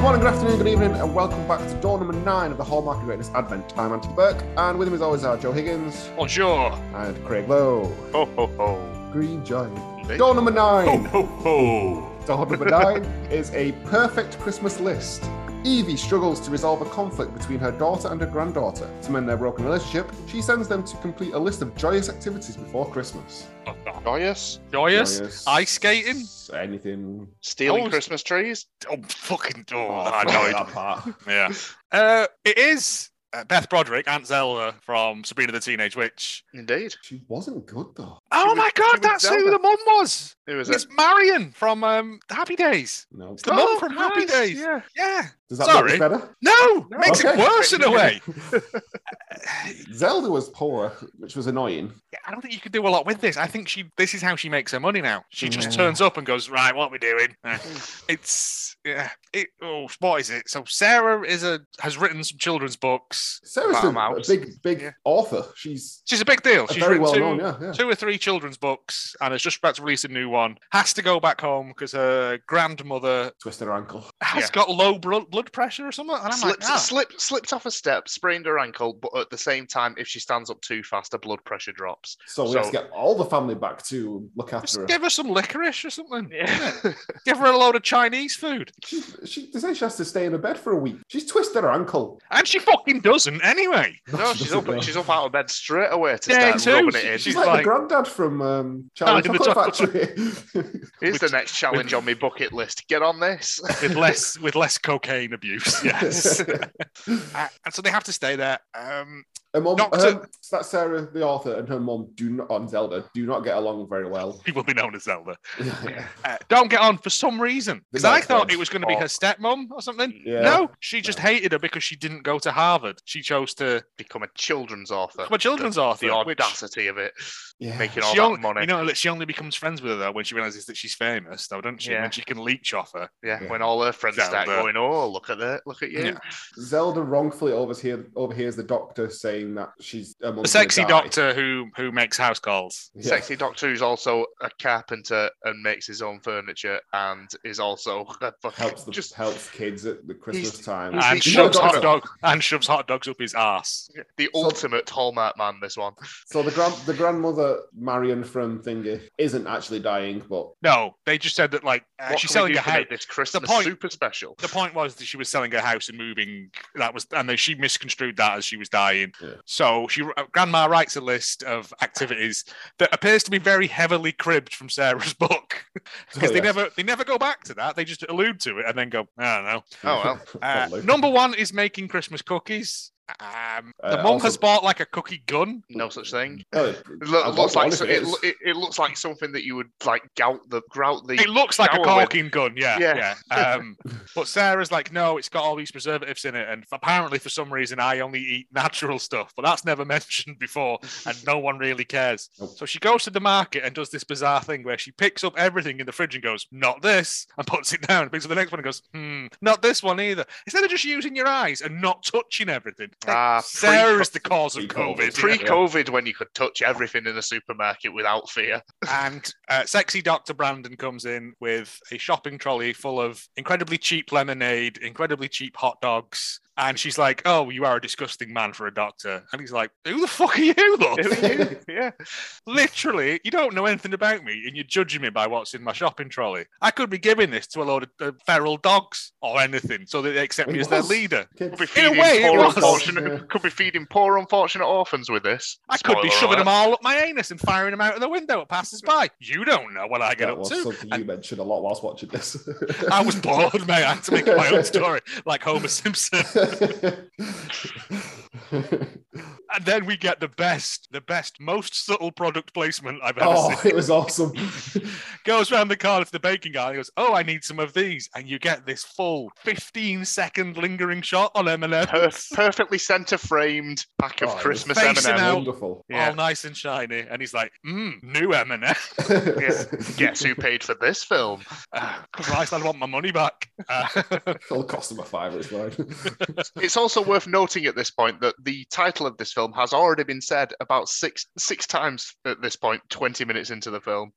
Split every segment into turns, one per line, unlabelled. morning, good afternoon, good evening, and welcome back to door number nine of the Hallmark of Greatness Advent. I'm Anthony Burke, and with him as always are Joe Higgins
Bonjour.
and Craig Lowe.
Ho ho ho.
Green Giant. Oh.
Indeed.
Door number
Ho,
nine.
ho, ho.
Door number nine is a perfect Christmas list. Evie struggles to resolve a conflict between her daughter and her granddaughter. To mend their broken relationship, she sends them to complete a list of joyous activities before Christmas.
Joyous.
Joyous. Ice skating.
Anything.
Stealing
Oh,
Christmas trees.
Oh, fucking door.
I
I know.
that part.
Yeah. Uh, it is uh, Beth Broderick, Aunt Zelda from Sabrina the Teenage Witch.
Indeed.
She wasn't good though.
Oh
was-
my
she
God,
was
that's
Zelda.
who the mum was.
Who is
It's
it?
Marion from um, Happy Days.
No.
It's the mum from Happy
Oh, nice,
Days. Yeah.
Yeah.
Does that
Sorry.
make this better?
No, makes
Okay.
it worse in a way.
Zelda was poor, which was annoying.
Yeah, I don't think you can do a lot with this. I think she. This is how she makes her money now. She just
Yeah.
turns up and goes, "Right, what are we doing?" Uh, It's yeah. It, oh, what is it? So Sarah is a has written some children's books.
Sarah's a,
Bottom
a
out.
big, big
Yeah.
author. She's
She's a big deal.
a
She's
very
written
well
two,
known. Yeah, yeah.
two or three children's books and is just about to release a new one. Has to go back home because her grandmother
Twisted her ankle.
has
Yeah.
got low bro- blood pressure or something. And I'm
Slipped,
like, ah.
slip, slipped off a step, sprained her ankle, but at the same time, if she stands up too fast, her blood pressure drops.
So we
So-
have to get all the family back to look after
just
her.
give her some licorice or something.
Yeah.
Give her a load of Chinese food.
She, she, they say she has to stay in her bed for a week. She's twisted her ankle.
And she fucking doesn't anyway.
no, she's
doesn't
up.
know.
She's up out of bed straight away to
Day
start
two,
rubbing it
she-
in.
She's
she's
like,
like-
the granddad from um, Charlie and the
Charlie and
Chocolate Factory.
the
Here's the
with-
next challenge on my bucket list. Get on this.
With less with less cocaine abuse. Yes. Uh, and so they have to stay there. Um,
her mom,
Doctor-
her, that Sarah, the author, and her mom do not on Zelda do not get along very well.
she will be known as Zelda.
yeah.
Uh, don't get on for some reason. Because
They don't
I thought
care.
it was going to be her stepmom or something. No, she just hated her because she didn't go to Harvard. She chose to
Become a children's author.
become a children's author.
The
which-
audacity of it.
Yeah.
Making all
she
that
only,
money.
You know, that she only becomes friends with her though when she realizes that she's famous, though, doesn't she?
Yeah.
And she can leech off her.
yeah.
Yeah.
When all her friends start
Zelda.
going, oh, look at that. Look at you.
Yeah.
Zelda wrongfully overhear, overhears the doctor saying that she's her
The
mom's gonna
sexy
die.
doctor who who makes house calls.
Yeah.
Sexy Doctor who's also a carpenter and makes his own furniture and is also a fucking-
helps the,
just
helps kids at the Christmas
he's-
time.
he's
And
the-
You know,
shoves
doctor-
hot dog and shoves hot dogs up his ass.
the ultimate hallmark man. This one,
So the grand the grandmother Marion from Thingy isn't actually dying, but
No, they just said that like uh,
what
she's
can
selling
we do
a
to
house.
make this Christmas
point-
super special?
The point was that she was selling her house and moving. That was, and then she misconstrued that as she was dying.
Yeah.
So she, uh, Grandma writes a list of activities that appears to be very heavily cribbed from Sarah's book because
Oh,
they
yeah.
never they never go back to that. They just allude to it and then go, I don't know.
Oh, well.
Uh,
Probably.
number one is making Christmas cookies. Um, the
Uh,
mum
also-
has bought like a cookie gun.
No such thing.
Oh, it-
It loo-
I
looks
want
like
one
so-
if
it,
is.
loo- it, it looks like something that you would like gout the grout the.
It looks like a
shower
caulking gun, yeah,
Yeah.
yeah. Um, but Sarah's like, no, it's got all these preservatives in it, and apparently for some reason I only eat natural stuff, but that's never mentioned before, and no one really cares.
Nope.
So she goes to the market and does this bizarre thing where she picks up everything in the fridge and goes, not this, and puts it down, and picks up the next one and goes, hmm, not this one either. Instead of just using your eyes and not touching everything,
Ah,
Sarah is the cause of
pre-COVID.
COVID. yeah.
Pre-COVID, when you could touch everything in a supermarket without fear.
and uh, sexy Dr. Brandon comes in with a shopping trolley full of incredibly cheap lemonade, incredibly cheap hot dogs. And she's like, Oh, you are a disgusting man for a doctor. And he's like, Who the fuck are you, love?
yeah,
Literally, you don't know anything about me and you're judging me by what's in my shopping trolley. I could be giving this to a load of uh, feral dogs or anything so that they accept me
It
as their
was.
leader.
could be
Kids.
In a
feeding
way, it
poor
was.
unfortunate.
Yeah.
Could be feeding poor unfortunate orphans with this.
I could be
Spoiler
shoving
alert.
them all up my anus and firing them out of the window at passers by. You don't know what I get
That
up
was
to.
something you mentioned a lot whilst watching this.
I was bored, mate. I had to make up my own story, like Homer Simpson. And then we get the best, the best, most subtle product placement I've ever
oh,
seen.
it was awesome.
Goes round the corner to the baking aisle and goes, "Oh, I need some of these," and you get this full 15-second lingering shot on Eminem,
Per- perfectly center framed pack of
Oh, it was
Christmas
facing
M&Ms.
out.
Wonderful.
Yeah.
all nice and shiny, and he's like, mm, "New Eminem."
Guess who paid for this film?
Uh, Christ, I want my money back. Uh,
It'll cost them a fiver, it's fine.
It's also worth noting at this point that the title of this film has already been said about six six times at this point, twenty minutes into the film.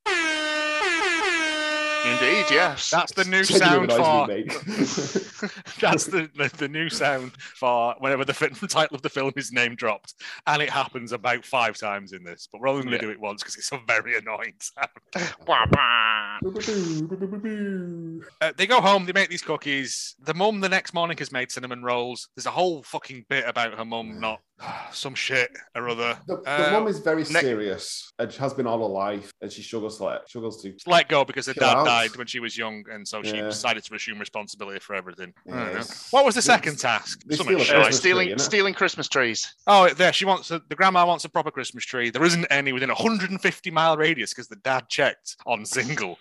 Indeed, yes.
That's the new sound for that's the, the, the new sound for whenever the fi- title of the film is name dropped, and it happens about five times in this. But we're only going to
Yeah.
do it once because it's a very annoying sound.
Wah, wah.
we make.
Uh, they go home, they make these cookies. The mum the next morning has made cinnamon rolls. There's a whole fucking bit about her mum not some shit or other.
The, the
Uh,
mum is very
ne-
serious and she has been all her life, and she struggles to like struggles to.
Let go because her
Chill
dad
out.
died when she was young, and so she
Yeah.
decided to assume responsibility for everything. I don't know.
Yes.
What was the
They-
second task?
they
Something
steal a
shit.
Uh,
Christmas
stealing
tree, innit?
stealing Christmas trees.
Oh, there she wants a, the grandma wants a proper Christmas tree. There isn't any within a 150 mile radius because the dad checked on Zingle.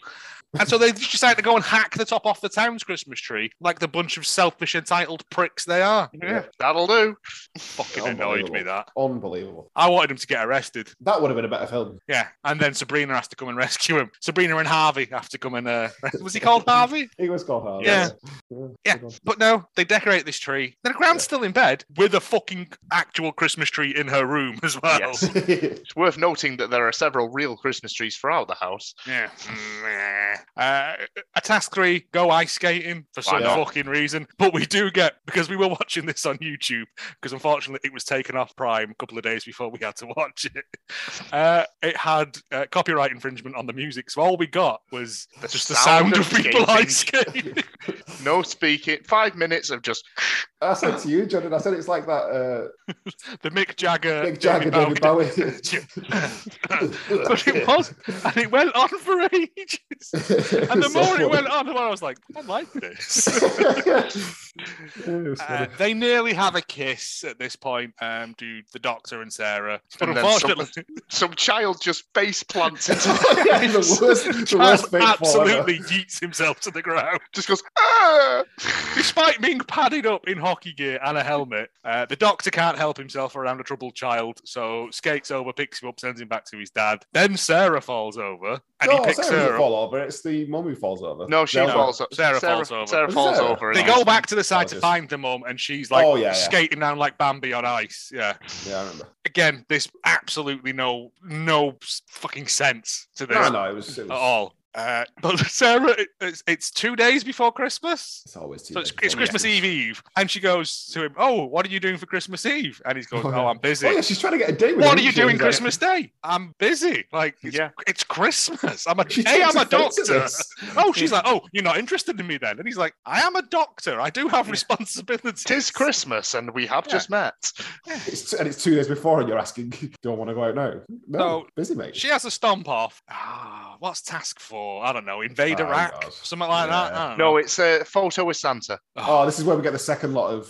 And so they decide to go and hack the top off the town's Christmas tree, like the bunch of selfish, entitled pricks they are.
Yeah, that'll do.
Fucking annoyed me
Unbelievable.
that.
Unbelievable.
I wanted him to get arrested.
That would have been a better film.
Yeah. And then Sabrina has to come and rescue him. Sabrina and Harvey have to come and, uh, was he called Harvey?
It was called hard.
Yeah. Yeah.
good one.
But no, they decorate this tree. Then Gram's still in bed with a fucking actual Christmas tree in her room as well.
Yes. It's worth noting that there are several real Christmas trees throughout the house.
Yeah. Uh, a task three, go ice skating for
Why
some
not?
fucking reason. But we do get, because we were watching this on YouTube, because unfortunately it was taken off Prime a couple of days before we had to watch it. Uh, it had uh, copyright infringement on the music. So all we got was
The
just the sound, of, people
skating.
ice skating.
No speaking. Five minutes of just
I said to you, Jordan. I said it's like that.
the Mick Jagger.
Uh, Mick
David
Jagger, David
Bowie.
Bowie.
but it was, and it went on for ages. And the more it went Uh, on, the more I was like, I like this. Uh, they nearly have a kiss at this point, um, do the doctor and Sarah. But
And then
unfortunately,
some child just face plants into
the worst, the worst fate
absolutely yeets himself to the ground.
just goes, ah!
Despite being padded up in hockey gear and a helmet, uh, the doctor can't help himself around a troubled child, so skates over, picks him up, sends him back to his dad. Then Sarah falls over and
no,
he picks
Sarah doesn't
her up.
fall over. It's the mum who falls over.
No, she
No.
falls over.
Sarah falls over.
Sarah
Was it
falls
Sarah?
over.
They
and
go
just-
back to the side to
Gorgeous.
find the mum, and she's like
Oh, yeah, yeah.
skating down like Bambi on ice. Yeah.
Yeah, I remember.
again, there's absolutely no no s- fucking sense to this
No, no, it was. It
at
was
all. Uh, but Sarah, it- it's, it's two days before Christmas.
It's always too
So it's,
late.
it's Christmas Eve Eve, and she goes to him, "Oh, what are you doing for Christmas Eve?" And he's going, "Oh, I'm busy."
Oh yeah, she's trying to get a date. with
What
him,
are you
isn't she?
doing
He's like,
Christmas Day? I'm busy. Like, it's,
Yeah.
it's Christmas. I'm a
She
hey,
takes
I'm a
offense at
doctor.
this.
Oh, she's like, oh, you're not interested in me then? And he's like, I am a doctor. I do have responsibilities.
Tis Christmas and we have
Yeah.
just met.
It's, and it's two days before, and you're asking, "Do I want to go out now?" No,
No.
busy mate.
She has a stomp off. Ah, what's task four? I don't know. Invade
Oh,
Iraq,
God.
something like that.
Yeah.
I don't know.
No, it's a photo with Santa.
oh, this is where we get the second lot of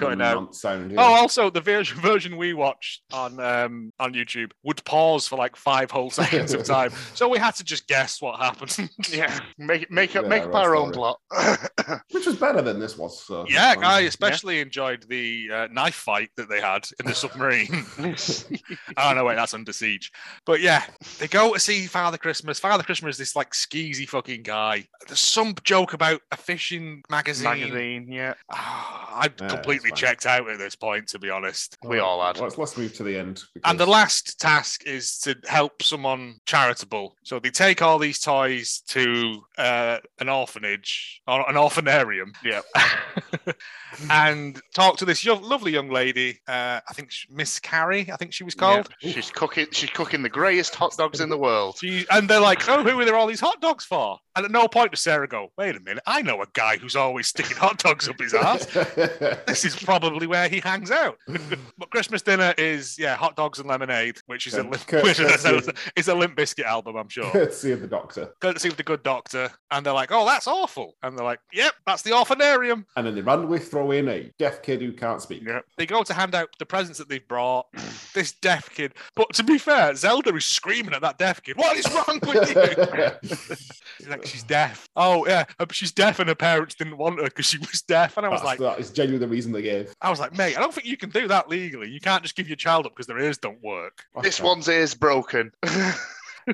random
cutting out.
non- Sound.
Oh, also the ver- version we watched on um, on YouTube would pause for like five whole seconds of time, so we had to just guess what happened.
Yeah, make make up
Yeah,
make up
right,
our own
sorry.
plot.
which was better than this was. So
oh. yeah, I
guys.
especially enjoyed the uh, knife fight that they had in the submarine. oh no, wait, that's under siege. But yeah, they go to see Father Christmas. Father Christmas is this like skeezy fucking guy. There's some joke about a fishing
Magazine, yeah,
Ah, I've
Yeah,
completely
that's fine.
checked out at this point, to be honest.
we all had.
Let's, let's move to the end.
And the
because-
last task is to help someone charitable. So they take all these toys to uh, an orphanage or an orphanarium
yeah.
and talk to this yo- lovely young lady. Uh, I think she- Miss Carrie, I think she was called.
Yeah. She's cooking. She's cooking the greyest hot dogs in the world.
She, and they're like, oh, who are there all these hot dogs for? And at no point does Sarah go, wait a minute, I know a guy who's always sticking hot dogs up his ass. this is probably where he hangs out. but Christmas dinner is yeah, hot dogs and lemonade, which is a
Um,
limp,
Kurt-
which is a,
Kurt's-
is a Limp Biscuit album, I'm sure.
courtesy of the doctor.
Courtesy of the Good Doctor, and they're like, "Oh, that's awful," and they're like, "Yep, that's the orphanarium."
And then they randomly throw in a deaf kid who can't speak.
They go to hand out the presents that they've brought. this deaf kid, but to be fair, Zelda is screaming at that deaf kid. What is wrong with you? she's like, she's deaf. Oh yeah, uh, she's deaf, and her parents didn't want her because she was deaf. And I was
That's-
like,
that is genuinely the reason they gave.
I was like, mate, I don't think you can do that legally. You can't just give your child up because their ears don't work.
This one's ears broken.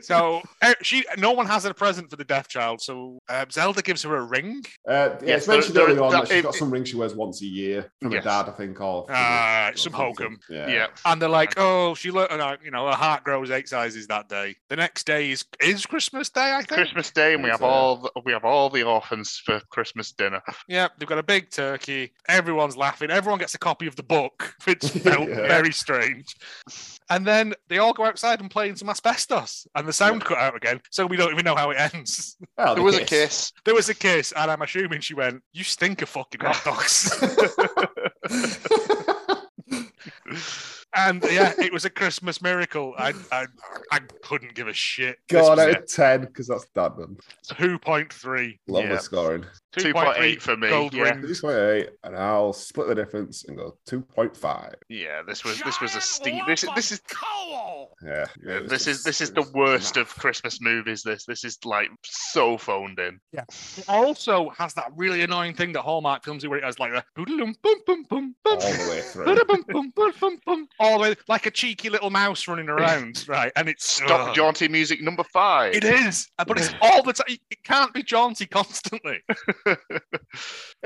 so uh, she, no one has a present for the deaf child. So uh, Zelda gives her a ring.
Uh, yeah,
Yes,
it's mentioned
there-
earlier
there-
on
that-
that she's
it-
got some ring she wears once a year from
Yes. Uh,
her dad, I think, or from
Ah,
her-
some
or something.
hokum.
Mm-hmm. Yeah.
Yeah.
And they're like, "Oh, she look, and I- you know, her heart grows eight sizes that day." The next day is is Christmas Day, I think.
Christmas Day, and we have
Exactly.
all the, we have all the orphans for Christmas dinner.
Yeah, they've got a big turkey. Everyone's laughing. Everyone gets a copy of the book, which felt
Yeah.
very strange. And then they all go outside and play in some asbestos, and the sound cut out again, so we don't even know how it ends.
Oh,
There
the
was a kiss.
There was a kiss, and I'm assuming she went, "You stink of fucking hot dogs." and yeah, it was a Christmas miracle. I I, I couldn't give a shit. This
God
was
out of 10, because that's dad man.
two point three.
Lovely
Yeah.
scoring.
Two point eight for me.
gold
yeah.
ring.
2.8, and I'll split the difference and go 2.5.
yeah, this was this was a steep. This is this is
Yeah.
Yeah, this is this is the worst of Christmas movies. This this is like so phoned in.
It also has that really annoying thing that Hallmark films do, where it has like a boom boom boom boom
all
boom.
the way through.
Ba-da-bum, bum, ba-da-bum, bum. All the way, like a cheeky little mouse running around, right? And it's
Stop
Ugh.
jaunty music number five.
It is, but it's all the time. It can't be jaunty constantly.
In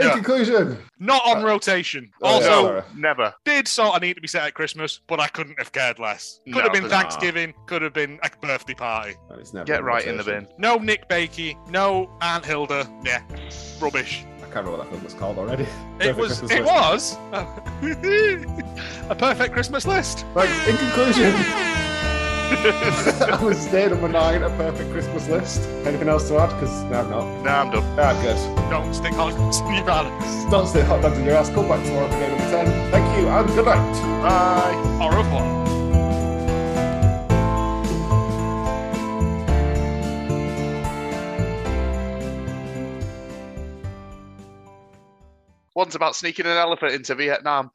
Yeah.
conclusion,
Not on
Uh,
rotation.
oh, yeah,
also,
sorry.
Never.
did sort of need to be set at Christmas, but I couldn't have cared less. Could
No,
have been
but nah.
Thanksgiving, could have been a birthday party.
and it's never
Get
in
right in the
rotation.
bin.
No Nick Bakey, no Aunt Hilda. Yeah, rubbish.
I can't remember what that film was called already.
It
Perfect
was.
Christmas
It
list.
was a perfect Christmas list.
Right, in conclusion, I was day number nine, a perfect Christmas list. Anything else to add? Because no, I'm not.
Nah, I'm done.
Ah, good.
Don't stick hot in your balance.
Don't stay hot dogs in your ass. Come back tomorrow for day number ten. Thank you and good night.
Bye.
Or a one.
One's about sneaking an elephant into Vietnam.